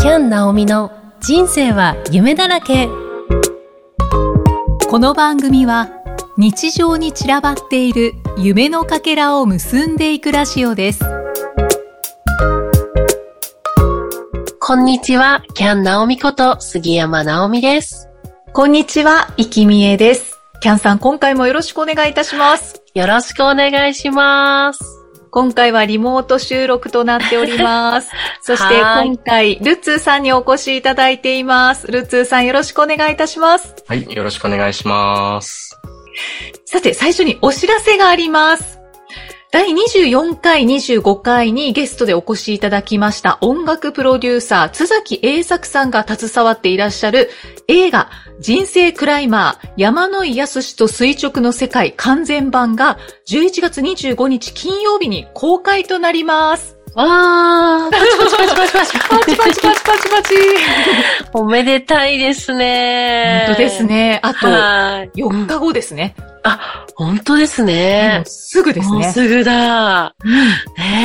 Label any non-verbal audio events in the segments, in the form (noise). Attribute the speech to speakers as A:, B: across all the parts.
A: キャン・ナオミの人生は夢だらけ
B: この番組は日常に散らばっている夢のかけらを結んでいくラジオです
A: こんにちはキャン・ナオミこと杉山直美です
B: こんにちは、いきみえです。キャンさん、今回もよろしくお願いいたします。
A: よろしくお願いします
B: 今回はリモート収録となっており (laughs) ます。そして
A: はーい
B: 今回、ルッツーさんにお越しいただいています。ルッツーさん、よろしくお願いいたします。
C: はい、よろしくお願いします。
B: さて、最初にお知らせがあります。第24回、25回にゲストでお越しいただきました音楽プロデューサー、津崎栄作さんが携わっていらっしゃる映画、人生クライマー、山野井康と垂直の世界完全版が11月25日金曜日に公開となります。
A: わーパチパチパチパチ
B: パチパチパチパチパチ。
A: おめでたいですね
B: 本当ですね。あと、
A: はい
B: 4日後ですね。
A: 本当ですね
B: もうすぐです
A: もう
B: ね。
A: すぐだ。
B: うん
A: ね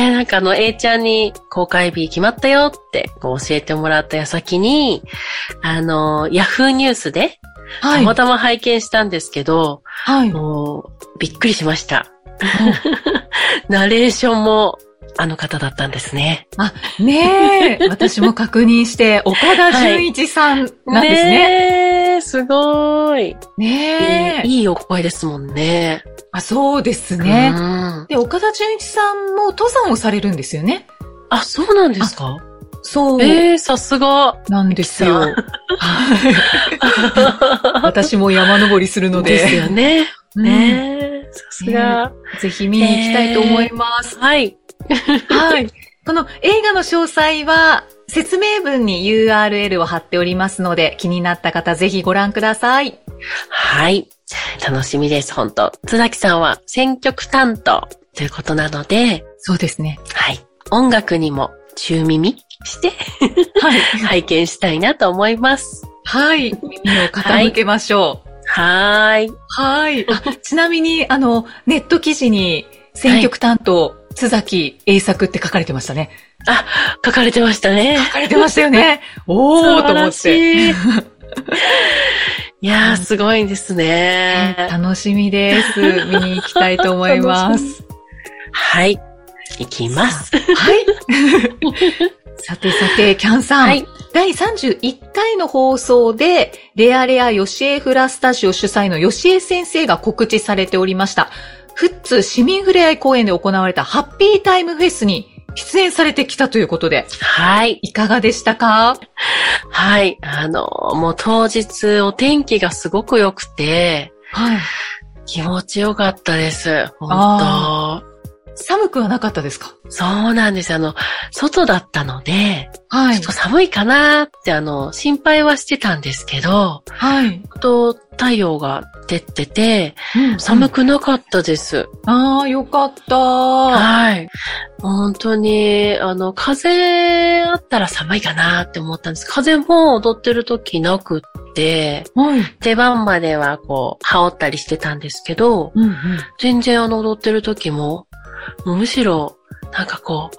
A: え、なんかあの、A ちゃんに公開日決まったよって、こう教えてもらった矢先に、あの、ヤフーニュースで、た
B: はい
A: ま。たま拝見したんですけど、
B: はい。
A: もう、びっくりしました。ナレーションも、あの方だったんですね。
B: ねえ、私も確認 (laughs) して、岡田純一さんなんですね。
A: ねえ、すごい、え
B: ねえ
A: いいお声ですもんね。
B: あ、そうです
A: う
B: ね。
A: ん
B: で、岡田純一さんも登山をされるんですよね。
A: あ、そうなんですか
B: そう
A: ええさすが。
B: なんです
A: ミ
B: よ。はい私も山登りするので、
A: ですよね。
B: うん
A: ねえ、さすが。
B: ぜひ見に行きたいと思います。
A: はい。
B: (laughs) はい。この映画の詳細は、説明文に URL を貼っておりますので、気になった方ぜひご覧ください。
A: はい。楽しみです、本当津崎さんは選曲担当ということなので、
B: そうですね。
A: はい。音楽にも中耳して
B: はい。
A: 拝見したいなと思います。
B: はい。耳を傾けましょう。
A: はーい。
B: はい。あちなみに、あの、ネット記事に、選曲担当、津崎栄作って書かれてましたね。
A: 書かれてましたね。
B: 書かれてました
A: (laughs)
B: よね。お
A: 素
B: ーと
A: 晴
B: 思
A: ら
B: っ。
A: してい。 (laughs) いや
B: う
A: ー、
B: ん
A: すごいですね。
B: 楽しみです。見に行きたいと思います。
A: はい。いきます。
B: はい。 (laughs) さてさて、キャンさん。
A: はい。
B: 第31回の放送で、レアレアヨシエフラスタジオ主催のヨシエ先生が告知されておりました。富津市民ふれあい公園で行われたハッピータイムフェスに出演されてきたということで、
A: はい。
B: いかがでしたか
A: はい。あのー、もう当日お天気がすごく良くて、
B: はい。
A: 気持ちよかったです。本
B: あ
A: 当
B: 寒くはなかったですか
A: そうなんです。あの、外だったので、
B: は
A: ちょっと寒いかなーって、あの、心配はしてたんですけど、
B: はい。
A: 本当太陽が出てて、
B: うん
A: 寒くなかったです。
B: ああ、よかった。
A: はい。本当に、あの、風あったら寒いかなーって思ったんです。風も踊ってる時なくって、
B: はい。
A: 出番まではこう、羽織ったりしてたんですけど、
B: うんうん。
A: 全然あの踊ってる時も、もうむしろ、なんかこう、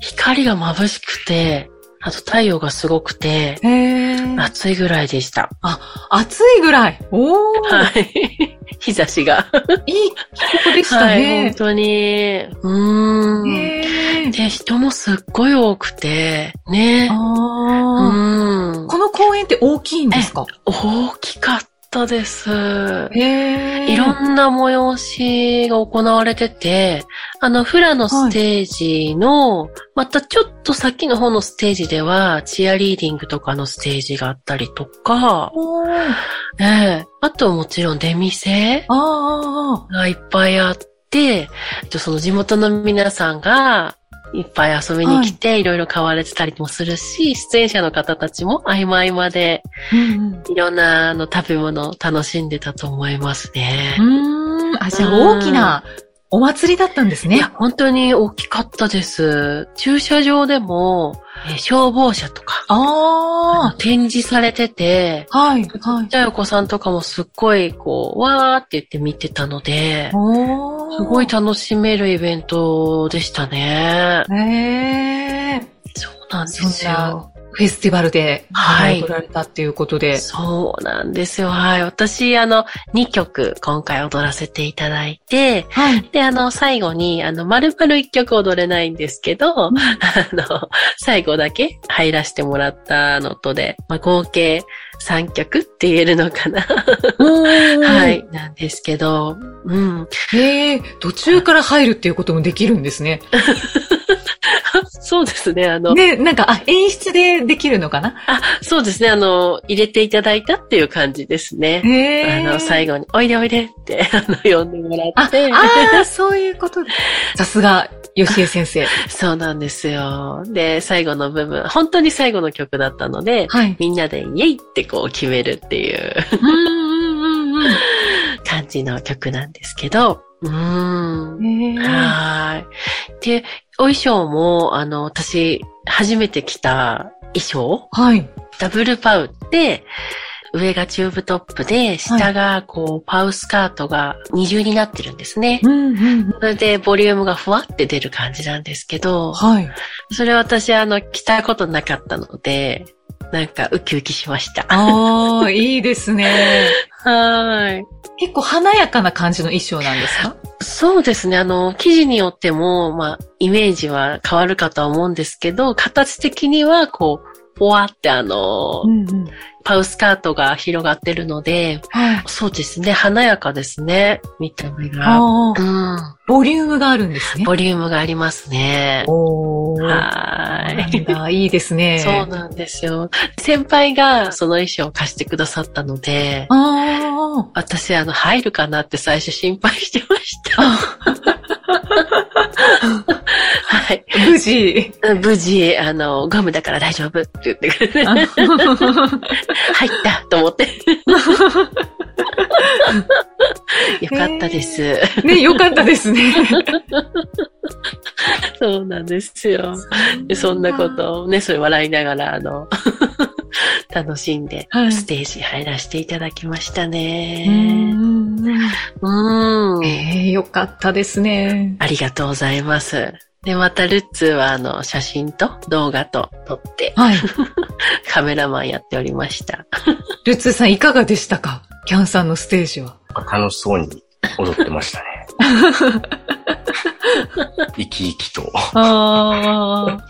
A: 光が眩しくて、あと太陽がすごくて、
B: へえ。
A: 暑いぐらいでした。
B: 暑いぐらい。おお、
A: はい。 (laughs) 日差しが。
B: い、い曲でした
A: はい、本
B: ね。
A: 当に。うーん。
B: へえ。
A: で、人もすっごい多くて、ね。う
B: ああ、
A: ん。
B: この公園って大きいんですか
A: 大きかったです。
B: へえ。
A: いろんな催しが行われてて、あの、フラのステージの、またちょっと先の方のステージでは、チアリーディングとかのステージがあったりとか、
B: おーあ
A: ええあともちろん出店
B: あああ、
A: がいっぱいあって、あとその地元の皆さんが、いっぱい遊びに来て、いろいろ買われてたりもするし、出演者の方たちも合間合間で、
B: うん
A: いろんなあの食べ物を楽しんでたと思いますね。
B: うん。うーん。あ、じゃあ大きなお祭りだったんです
A: い
B: ね
A: や、。本当に大きかったです。駐車場でも、えー消防車とか、あの
B: あ
A: 展示されてて、
B: あ、はい、
A: ち
B: は
A: っ
B: い。
A: ちゃいお子さんとかもすっごい、こう、わーって言って見てたので、
B: おお。
A: すごい楽しめるイベントでしたね。
B: へえ。
A: そうなんで
B: そん
A: す
B: な
A: よ。
B: フェスティバルで、
A: はい
B: 踊られたっていうことで。
A: そうなんですよ。はい。私、あの、2曲今回踊らせていただいて、
B: はい。
A: で、あの、最後に、あの、丸々1曲踊れないんですけ (laughs) ど、あの、最後だけ入らせてもらったのとで、まあ、合計3曲って言えるのかな。は。。
B: はい
A: なんですけど、うん。 (laughs)
B: へえ、途中から入るっていうこともできるんですね。
A: そうですね。あの、
B: ね、なんか、あ、演出でできるのかな
A: そうですね。あの、入れていただいたっていう感じですね。あ
B: へえ。
A: の、最後に、おいでおいでって、あの、呼んでもら
B: あ
A: っ、て。
B: あーそういうこと (laughs) で。さすが、吉江先生。
A: そうなんですよ。で、最後の部分、本当に最後の曲だったので、
B: (laughs) はい。
A: みんなでイエイってこう決めるっていう
B: うんうんうん
A: 感じの曲なんですけど、うーん。
B: うん。へ
A: はーい。で、お衣装も、あの、私、初めて着た衣装、
B: はい。
A: ダブルパウって、上がチューブトップで、下がこう、パウスカートが二重になってるんですね。
B: うんうん。
A: それで、ボリュームがふわって出る感じなんですけど、
B: はい。
A: それ私、あの、着たことなかったので、なんか、ウキウキしました。
B: ああ、いいですね。
A: はーい。
B: 結構華やかな感じの衣装なんですか
A: そうですね。あの、生地によっても、まあ、イメージは変わるかとは思うんですけど、形的には、こう、ぽわってあの、
B: んうん。
A: パウスカートが広がってるので、
B: はい。
A: そうですね。華やかですね。見た目が。
B: あ
A: う
B: あ、
A: ん。
B: ボリュームがあるんですね。
A: ボリュームがありますね。
B: おー。
A: はーい。
B: あいいですね。
A: そうなんですよ。先輩がその衣装を貸してくださったので、
B: あ
A: 私、あの、入るかなって最初心配してました。 (laughs) はい。
B: あ、無事。
A: 無事、あの、ガムだから大丈夫って言ってくれて、
B: あ
A: 入ったと思って。 (laughs) よかったです。
B: ね、よかったですね。
A: そうなんですよ。で (laughs) そんなこ。とをね、それ笑いながら、あ (laughs) の、楽しんで、
B: はい
A: ステージ入らせていただきました
B: え
A: ね。うん。
B: えー、よかったですね。
A: ありがとうございます。で、またルッツーはあの、写真と動画と撮って、
B: はい。
A: カメラマンやっておりました。
B: ルッツーさんいかがでしたかキャンさんのステージは。
C: 楽しそうに踊ってましたね。生き生きと。
B: ああ。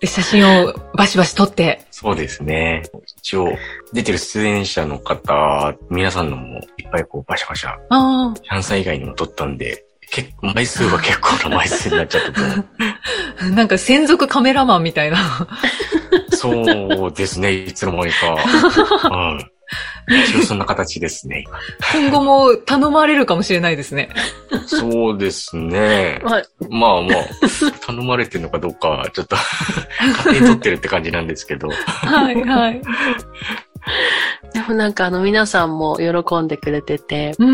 B: で、写真をバシバシ撮って。
C: そうですね。一応、出てる出演者の方、皆さんのもいっぱいこうバシャバシャ、
B: あ
C: シャンさん以外にも撮ったんで、結構、枚数は結構な枚数になっちゃったと思う。
B: あ。なんか専属カメラマンみたいな。
C: そうですね、いつの間にか。うん。一応そんな形ですね。
B: 今後も頼まれるかもしれないですね。
C: そうですね。
A: まあ、
C: まあ (laughs) まあ、頼まれてるのかどうかは、ちょっと、勝手に撮ってるって感じなんですけど。 (laughs)
B: はい、はい。
A: でもなんかあの、皆さんも喜んでくれてて、
B: うー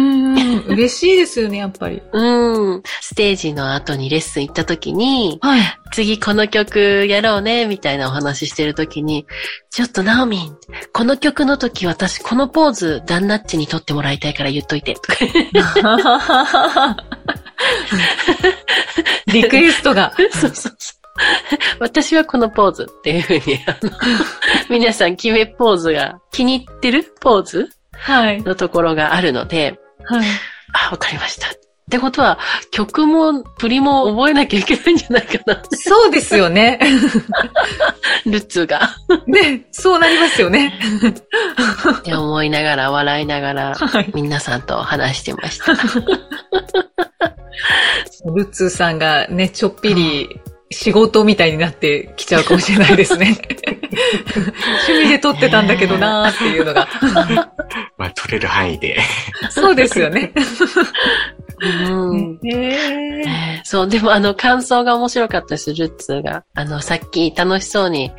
B: ん、嬉しいですよね、やっぱり。
A: うん、ステージの後にレッスン行った時に、
B: はい。
A: 次この曲やろうね、みたいなお話ししてる時に、ちょっとナオミン、この曲の時私このポーズ、ダンナッチに撮ってもらいたいから言っといて、と (laughs) か
B: (laughs) リクエストが。
A: そうそうそう。私はこのポーズっていうふうに、あの、皆さん決めポーズが気に入ってるポーズ
B: はい。
A: のところがあるので、
B: はい。
A: あ、わかりました。ってことは、曲も振りも覚えなきゃいけないんじゃないかな。
B: そうですよね。 (laughs)
A: ルッツーが。
B: ね、そうなりますよね。
A: って思いながら、笑いながら、
B: はい。
A: 皆さんと話してました。
B: ルッツーさんがね、ちょっぴり仕事みたいになってきちゃうかもしれないです (laughs) ね。趣味で撮ってたんだけどなーっていうのが。
C: まあ、撮れる範囲で。
B: そうですよね。
A: うん。
B: えー
A: ねそう、でもあの、感想が面白かったです、ルッツーが。あの、さっき楽しそうに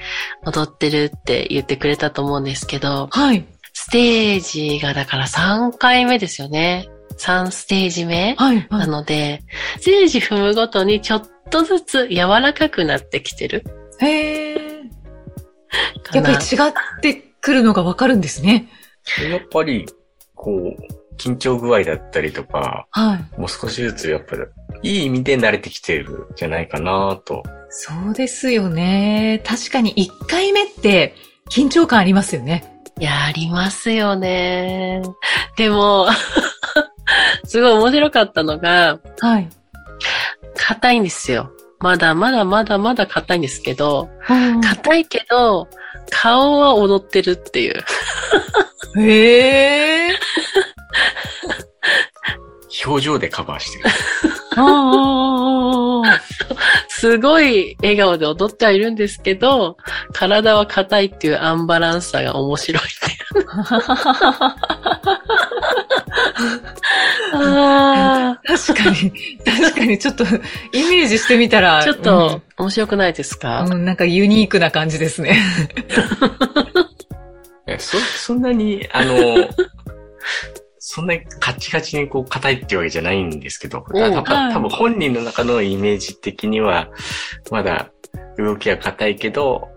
A: 踊ってるって言ってくれたと思うんですけど、
B: はい。
A: ステージがだから3回目ですよね。3ステージ目
B: はい。
A: なので、ステージ踏むごとにちょっとずつ柔らかくなってきてる
B: へえ。
A: か
B: やっぱり
A: な。
B: 違ってくるのがわかるんですね。
C: やっぱり、こう、緊張具合だったりとか、
B: はい。
C: もう少しずつやっぱり、いい意味で慣れてきてるんじゃないかなと
B: そうですよね。確かに1回目って緊張感ありますよね。
A: いや、ありますよね。でも、 (laughs) すごい面白かったのが、
B: はい。
A: 硬いんですよ。まだまだまだまだ硬いんですけど、
B: か
A: 硬いけど、顔は踊ってるっていう。
B: へえ。
C: 表情でカバーしてる。
B: ああああああ
A: すごい笑顔で踊ってはいるんですけど、体は硬いっていうアンバランスさが面白いっていう。 (laughs) あ
B: 確かに、確かにちょっとイメージしてみたら、
A: ちょっと面白くないですか、
B: うん、うんなんかユニークな感じですね。
C: えそ、そんなに、あ
A: (laughs)
C: の、そんなにカチカチにこう硬いっていうわけじゃないんですけど、
A: うん
C: た
B: はい
C: 多分本人の中のイメージ的には、まだ動きは硬いけど、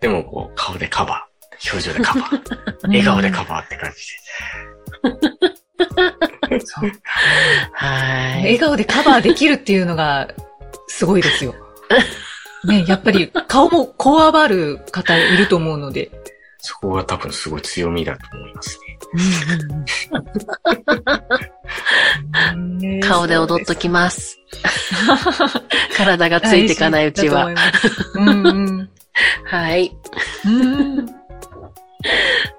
C: でもこう顔でカバー、表情でカバ
A: (laughs)
C: ー、笑顔でカバーって感じ
B: そう
A: は
B: 笑
A: い。
B: 顔でカバーできるっていうのがすごいですよ。ね、やっぱり顔もこわばる方いると思うので。
C: で、そこが多分すごい強みだと思いますね。
A: 顔で踊っとき (laughs) ます。体がついていかないうちは。。
B: うんうん。
A: はい。
B: うん。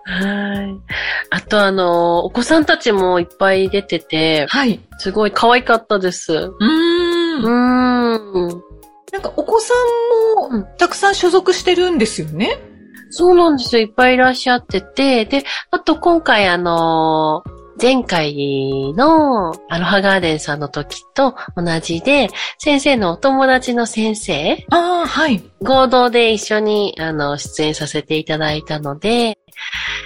A: はい。あとあの、お子さんたちもいっぱい出てて、
B: はい。
A: すごい可愛かったです。
B: うん
A: う。ーん。
B: なんかお子さんもたくさん所属してるんですよね。
A: そうなんですよ。いっぱいいらっしゃってて。で、あと今回あの前回のアロハガーデンさんの時と同じで、先生のお友達の先生、
B: ああ、はい。
A: 合同で一緒にあの出演させていただいたので、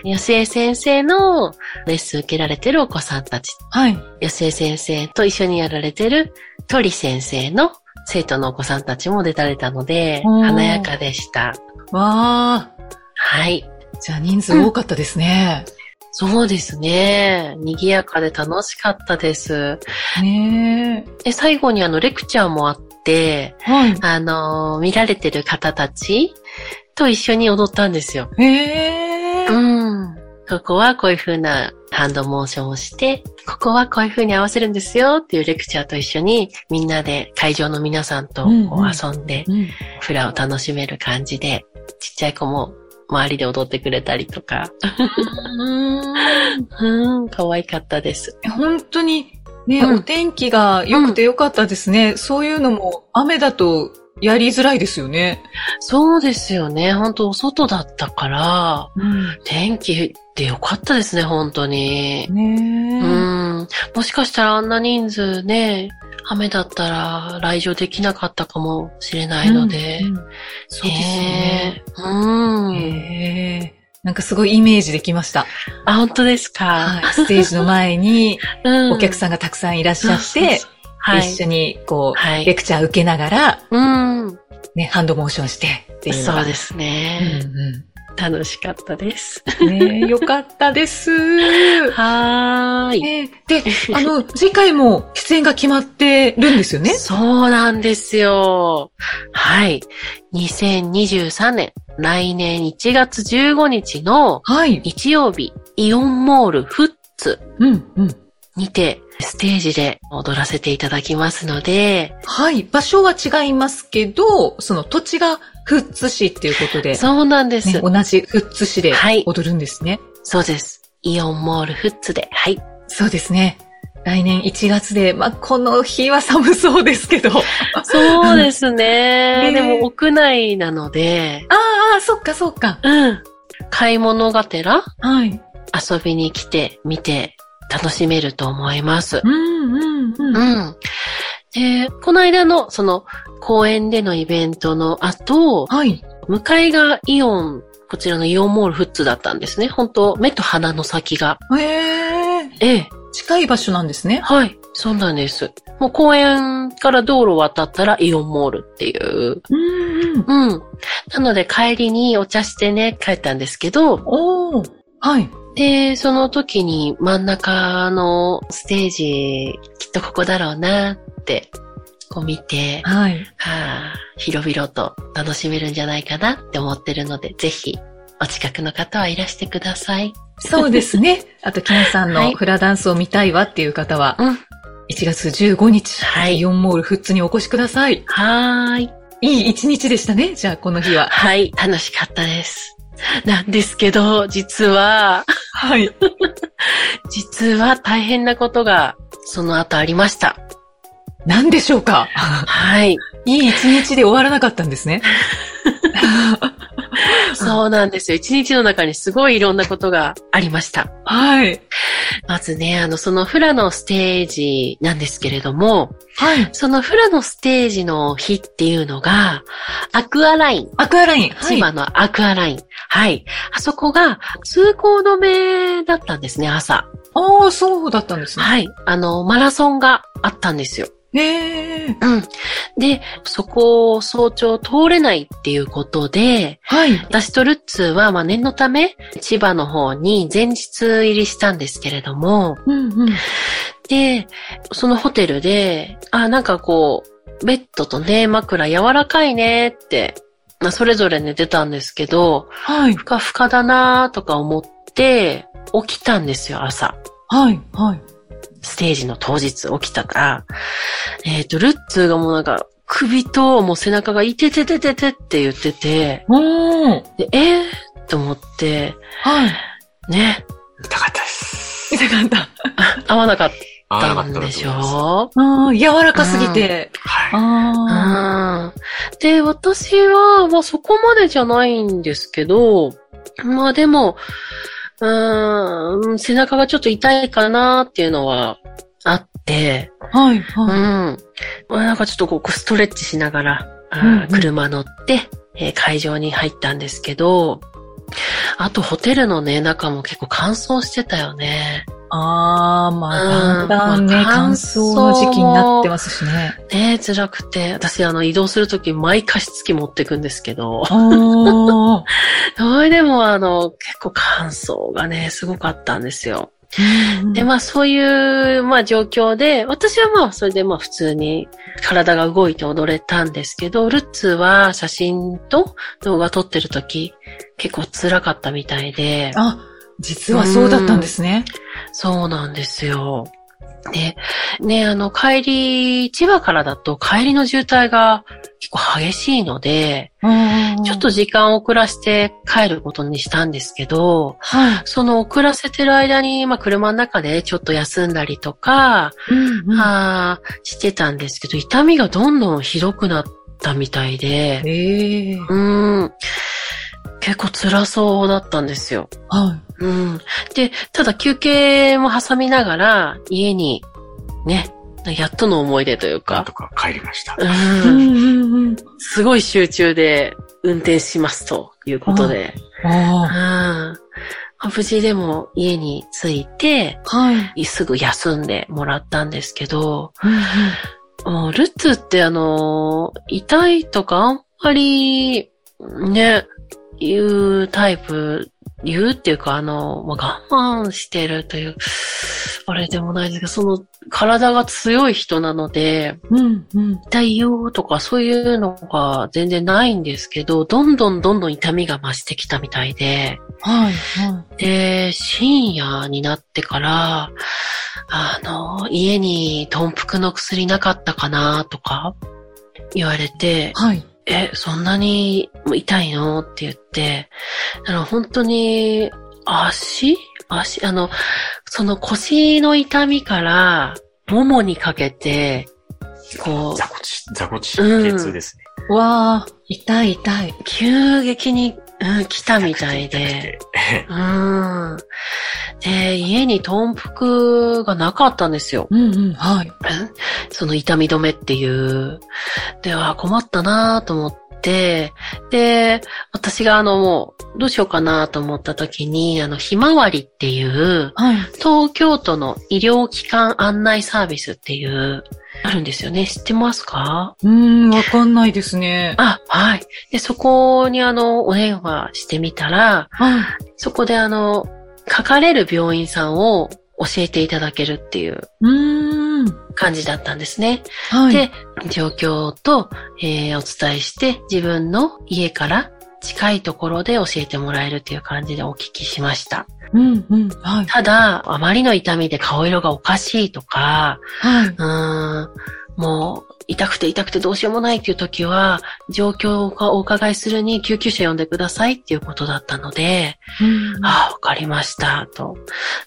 A: 安江先生のレッスン受けられてるお子さんたち、
B: はい。
A: 安江先生と一緒にやられてる鳥先生の生徒のお子さんたちも出られたので、
B: おー
A: 華やかでした。
B: わあ。
A: はい。
B: じゃあ人数多かったですね。
A: そうですね。賑やかで楽しかったです。
B: ね
A: で、最後にあの、レクチャーもあって、
B: え。はい。
A: あのー見られてる方たちと一緒に踊ったんですよ。
B: へえ。
A: うん。ここはこういう風なハンドモーションをして、ここはこういう風に合わせるんですよっていうレクチャーと一緒にみんなで会場の皆さんとこう
B: うんうん
A: 遊んで、
B: うん
A: フラを楽しめる感じで、ちっちゃい子も周りで踊ってくれたりとか、うん、可愛かったです。
B: 本当にね、
A: うん
B: お天気が良くて良かったですね。そういうのも雨だとやりづらいですよね。
A: そうですよね。本当お外だったから、天気でよかったですね、本当に。
B: ね
A: う
B: え、
A: ん。もしかしたらあんな人数ね、雨だったら来場できなかったかもしれないので。
B: うんうんそうですよね。
A: ねえうん。
B: へえなんかすごいイメージできました。
A: あ、本当ですか。
B: はい、ステージの前に
A: うん
B: お客さんがたくさんいらっしゃっ
A: そうそう
B: て
A: そ、うはい。
B: 一緒にこう、
A: はい
B: レクチャー受けながら、
A: うん。
B: ね、ハンドモーションしてっていうの
A: そ
B: が。
A: うです
B: ね。
A: ね。楽しかった
B: (laughs)
A: です。
B: うんうん、ねえよかったです。
A: はーい。
B: ねえで、あの、次回も出演が決まってるんですよね。
A: そうなんですよ。はい。2023年、来年1月15日の
B: はい。
A: 日曜日、イオンモールフッツ
B: うん、うん。
A: にて、ステージで踊らせていただきますので、
B: はい。場所は違いますけど、その土地が富津市っていうことで、
A: そうなんで
B: ね
A: す。
B: 同じ富津市で
A: はい
B: 踊るんですね。
A: そうです。イオンモールフッツで、はい。
B: そうですね。来年1月で、まあ、この日は寒そうですけど。
A: (laughs)
B: あ
A: そうですね。
B: ね
A: でも屋内なので、
B: あ、そっかそっか。
A: うん。買い物がてら
B: はい。
A: 遊びに来て、見て、楽しめると思います。
B: うん、うん、うん。
A: うん。で、この間の、その、公園でのイベントの後、
B: はい。
A: 向かいがイオン、こちらのイオンモールフッツだったんですね。本当目と鼻の先が。
B: へえ。
A: ええ、
B: 近い場所なんですね。
A: はい、そうなんです。もう公園から道路渡ったらイオンモールっていう。
B: うん、うん。
A: うん。なので帰りにお茶してね、帰ったんですけど、
B: おー。はい。
A: で、その時に真ん中のステージ、きっとここだろうなってこう見て、
B: はい。
A: はあ、広々と楽しめるんじゃないかなって思ってるので、ぜひ、お近くの方はいらしてください。
B: そうですね。 (laughs) あと、キムさん
A: は
B: の
A: い
B: フラダンスを見たいわっていう方は、
A: うん
B: 1月15日、
A: はい
B: イオンモール富津にお越しください。
A: はーい。
B: いい一日でしたね。じゃあ、この日は。
A: はい、楽しかったです。なんですけど、実は、
B: はい。
A: 実は大変なことが、その後ありました。
B: 何でしょうか
A: はい。
B: いい一日で終わらなかったんですね。
A: そうなんですよ。一日の中にすごいいろんなことがありました。
B: はい。
A: まずね、あの、そのフラのステージなんですけれども、
B: はい。
A: そのフラのステージの日っていうのが、アクアライン。
B: アクアライン。は
A: 千
B: い。
A: 葉のアクアライン。はい。あそこが通行止めだったんですね、朝。
B: ああ、そうだったんですね。
A: はい。あの、マラソンがあったんですよ。
B: ええ
A: うん。で、そこを早朝通れないっていうことで、
B: はい。
A: 私とルッツーは、まあ、念のため、千葉の方に前日入りしたんですけれども、
B: うんうん。
A: で、そのホテルで、あ、なんかこう、ベッドとね、枕柔らかいねって、まあ、それぞれ寝てたんですけど、
B: はい。
A: ふかふかだなとか思って、起きたんですよ、朝。
B: はい。はい。
A: ステージの当日起きたから、えっ、と、ルッツーがもうなんか、首ともう背中がいてててててって言ってて、
B: おー。
A: でえー、と思って、
B: (laughs) はい。
A: ね、
C: 痛かったです。
B: 痛かった。
A: 合わなかっ
C: 合わな
A: た
C: かった
A: ん
C: なと
A: でし
C: 思います
A: ょ
B: うん、柔らかすぎて。
C: はい。
A: う
B: あ
A: ん。で、私は、まあそこまでじゃないんですけど、まあでも、うーん、背中がちょっと痛いかなっていうのはあって、
B: あ。はい。
A: うん。
B: はい。
A: まあ、なんかちょっとこう、ストレッチしながら、あー
B: うんうん
A: 車乗って、えー会場に入ったんですけど、あとホテルのね、中も結構乾燥してたよね。
B: ああ、まあ、だんだんね、
A: うん
B: 乾燥の時期になってますしね。
A: ねえ、辛くて。私、あの、移動するとき、毎加湿器持ってくんですけど。
B: ああ。
A: それでも、あの、結構感想がね、すごかったんですよ。
B: (laughs)
A: で、まあ、そういう、まあ、状況で、私はまあ、それでまあ、普通に体が動いて踊れたんですけど、ルッツは写真と動画撮ってる時、結構辛かったみたいで、
B: あ、実はそうだったんですね。
A: そうなんですよ。で、ね、あの、帰り、千葉からだと帰りの渋滞が結構激しいので、ちょっ、と時間を遅らせて帰ることにしたんですけど、
B: はい。
A: その遅らせてる間に、まあ、車の中でちょっと休んだりとか、
B: うんうん
A: あーしてたんですけど、痛みがどんどんひどくなったみたいで、
B: ええ。
A: うーん、結構辛そうだったんですよ。
B: は
A: うん。で、ただ休憩も挟みながら、家に、ね、やっとの思い出という
C: なん
A: か
C: と、か帰りました。
A: う
B: い。うん
A: ん、
B: うんうん。
A: すごい集中で運転しますということで、うん
B: あ
A: 無事でも家に着いて、
B: あ。はい。
A: すぐ休んでもらったんですけど、
B: うんうん
A: もうルッツってあのー、痛いとかあんまり、ね、言うタイプ、言うっていうかあの、まあ、我慢してるという、あれでもないですけど、その、体が強い人なので、
B: うんうん。
A: 痛いよとかそういうのが全然ないんですけど、どんどんどんどん痛みが増してきたみたいで、
B: はい。は
A: で、深夜になってから、あの、家に豚腹の薬なかったかなとか言われて
B: い。、はい。
A: え、そんなに痛いのって言って、あの、本当に足足あの、その腰の痛みから、ももにかけて、こ
C: 座
A: う、
C: 骨、座骨
A: うん
C: 血痛ですね。
B: わあ、痛い痛い。
A: 急激に、うん、来たみたい
C: 痛く
A: で。
C: て。
A: うん。で、家に豚腹がなかったんですよ。
B: うんうん。はい。
A: その痛み止めっていう。では、困ったなぁと思って、で、私があのもう、どうしようかなと思った時に、あの、ひまわりっていう、
B: はい。
A: 東京都の医療機関案内サービスっていう、あるんですよね。知ってますか
B: うーん、わかんないですね。
A: あ、はい。で、そこにあの、お電話してみたら、
B: はい。
A: そこであの、書かれる病院さんを教えていただけるっていう。
B: うーん。
A: 感じだったんですね。
B: はい。
A: で、状況と、えーお伝えして、自分の家から近いところで教えてもらえるという感じでお聞きしました。
B: うんうん。はい。
A: ただ、あまりの痛みで顔色がおかしいとか、
B: はい。
A: うーん、もう、痛くて痛くてどうしようもないっていう時は、状況をお伺いするに救急車呼んでくださいっていうことだったので、
B: うん
A: ああ、わかりました、と。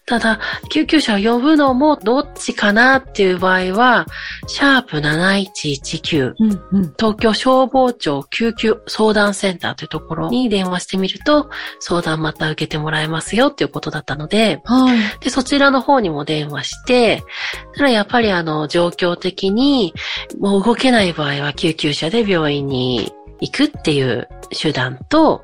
A: ただ、救急車を呼ぶのもどっちかなっていう場合は、シャープ7119、
B: うんうん。
A: 東京消防庁救急相談センターというところに電話してみると、相談また受けてもらえますよっていうことだったので、
B: はい。
A: で、そちらの方にも電話して、ただやっぱりあの、状況的に、もう動けない場合は救急車で病院に行くっていう手段と、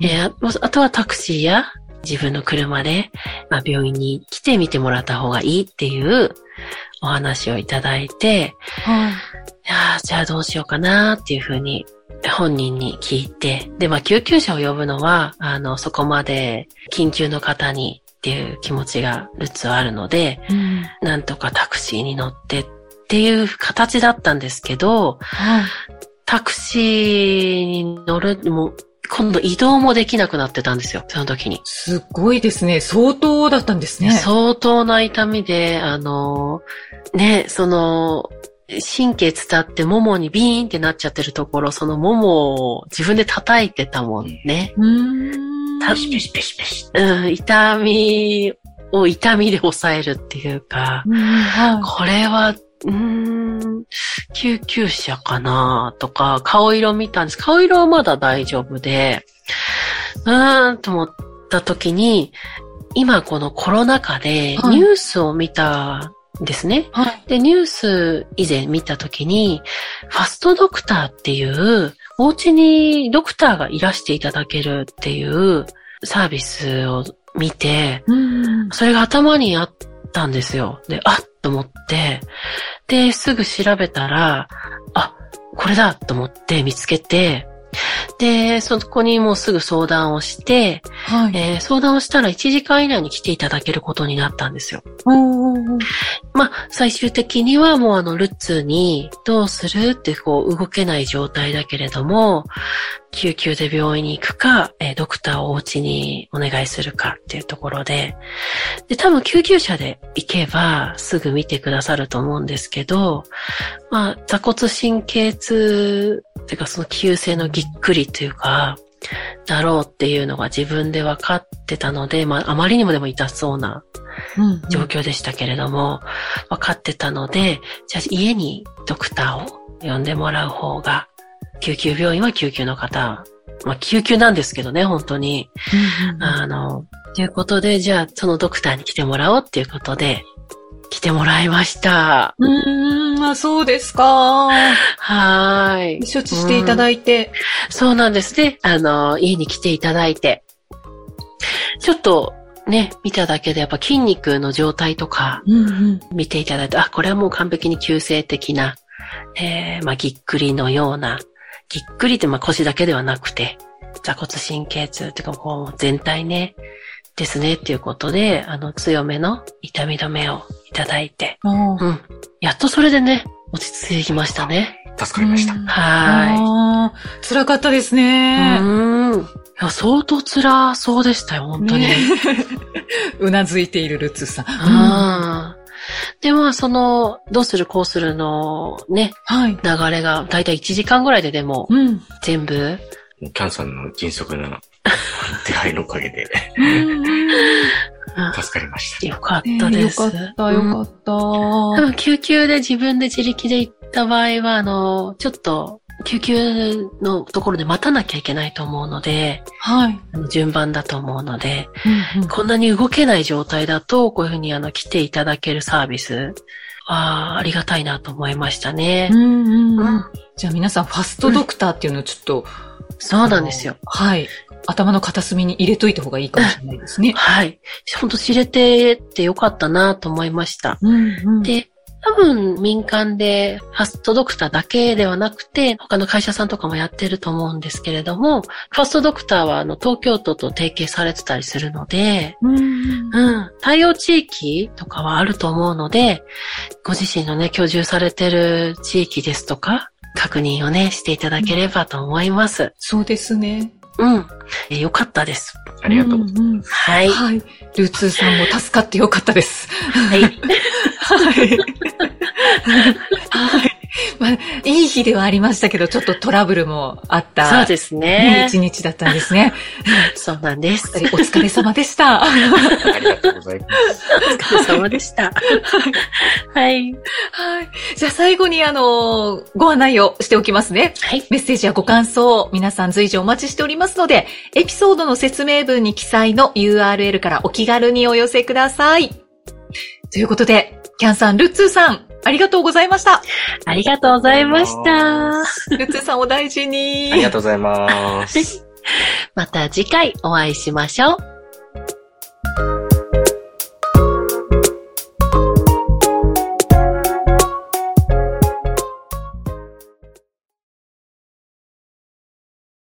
A: えーああとはタクシーや自分の車で、まあ、病院に来て見てもらった方がいいっていうお話をいただいて、い
B: はい。
A: やーじゃあどうしようかなーっていうふうに本人に聞いて、で、まあ救急車を呼ぶのは、あの、そこまで緊急の方にっていう気持ちがルツはあるので、
B: うん
A: なんとかタクシーに乗ってっていう形だったんですけど、
B: はい。
A: タクシーに乗る、もう今度移動もできなくなってたんですよ、その時に。
B: すごいですね。相当だったんですね。
A: 相当な痛みで、あの、ね、その、神経伝ってももにビーンってなっちゃってるところ、そのももを自分で叩いてたもんね。
B: うーん。
A: た
C: シペシペシペシ。
A: うん、痛みを痛みで抑えるっていうか、
B: うんは
A: これは、うーん、救急車かなとか、顔色見たんです。顔色はまだ大丈夫で、うーんと思った時に、今このコロナ禍でニ
B: はい
A: ュースを見たんですね。
B: い。はい。
A: で、ニュース以前見た時に、ファストドクターっていう、お家にドクターがいらしていただけるっていうサービスを見て、
B: うん。
A: それが頭にあったんですよ。で、あっと思って、で、すぐ調べたら、あ、これだと思って見つけて、で、そこにもうすぐ相談をして、
B: はい。
A: えー相談をしたら1時間以内に来ていただけることになったんですよ。
B: おーおー
A: まあ、最終的にはもうあの、ルッツーに、どうするってこう、動けない状態だけれども、救急で病院に行くか、えードクターをお家にお願いするかっていうところで、で、多分救急車で行けば、すぐ見てくださると思うんですけど、まあ、座骨神経痛、っていうかその急性のぎっくりというか、だろうっていうのが自分で分かってたので、まあ、あまりにもでも痛そうな
B: うんうん
A: 状況でしたけれども、分かってたので、じゃあ家にドクターを呼んでもらう方が、救急病院は救急の方、まあ救急なんですけどね、本当に。
B: うんうん
A: あの、ということで、じゃあそのドクターに来てもらおうっていうことで、来てもらいました。
B: うーん、あ、そうですか。
A: はーい。
B: 処置していただいて。
A: そうなんですね。あの、家に来ていただいて。ちょっとね、見ただけでやっぱ筋肉の状態とか、
B: うんうん。
A: 見ていただいて、あ、これはもう完璧に急性的な、えー、まあ、ぎっくりのような、ぎっくりって、まあ、腰だけではなくて、座骨神経痛っていうか、こう、全体ね、ですね、っていうことで、あの、強めの痛み止めをいただいて、
B: あ
A: うん。やっとそれでね、落ち着きましたね。
C: 助かりました。
A: は
B: あー辛かったです
A: ーい。
B: ね。
A: うーん。いや、相当辛そうでしたよ、本当に。
B: ねうなずいているルッツーさん。
A: うん。で、まあ、その、どうするこうするの、ね、
B: はい。
A: 流れが、だいたい1時間ぐらいででも、
B: うん。
A: 全部、
C: キャンさんの迅速な手配のおかげで助かりました。
A: よかっ
B: ね
A: た
B: よ
A: です。
B: かった、よか
A: っ
B: った。
A: 多分救急で自分で自力で行った場合は、あの、ちょっと、救急のところで待たなきゃいけないと思うので、
B: はい。
A: あの順番だと思うので、
B: うんうん
A: こんなに動けない状態だと、こういうふうにあの、来ていただけるサービスは、ありがたいなと思いましたね。
B: うんうんう
A: う
B: ん
A: ん
B: じゃあ皆さん、ファストドクターっていうのをちょっと、
A: そうなんですよ。
B: あの。はい。頭の片隅に入れといた方がいいかもしれないですね。
A: はい。ほんと知れてってよかったなと思いました。
B: うんうん
A: で、多分民間でファストドクターだけではなくて、他の会社さんとかもやってると思うんですけれども、ファストドクターはあの東京都と提携されてたりするので、
B: うん
A: うん、対応地域とかはあると思うので、ご自身のね、居住されてる地域ですとか、確認をね、していただければと思います。
B: そうですね。
A: うん。えよかったです。
C: ありがとう。
B: んん
A: はい。は
B: はい。ルーツーさんも助かってよかったです。
A: い。
B: はい。はい。まあ、いい日ではありましたけど、ちょっとトラブルもあった。
A: そうです
B: ね
A: ね
B: 一。日だったんですね。
A: そうなんです。
B: お疲れ様で
A: (laughs)
B: した。
C: ありがとうご (laughs) ざいます。
A: お疲れ様で (laughs) した。はい。
B: はい。じゃあ最後にあの、ご案内をしておきますね。
A: はい。
B: メッセージやご感想、皆さん随時お待ちしておりますので、エピソードの説明文に記載の URL からお気軽にお寄せください。ということで、キャンさん、ルッツーさん、ありがとうございました。
A: ありがとうございました。
B: ルッツーさんお大事に。
A: (laughs)
C: ありがとうございます。
A: また次回お会いしましょう。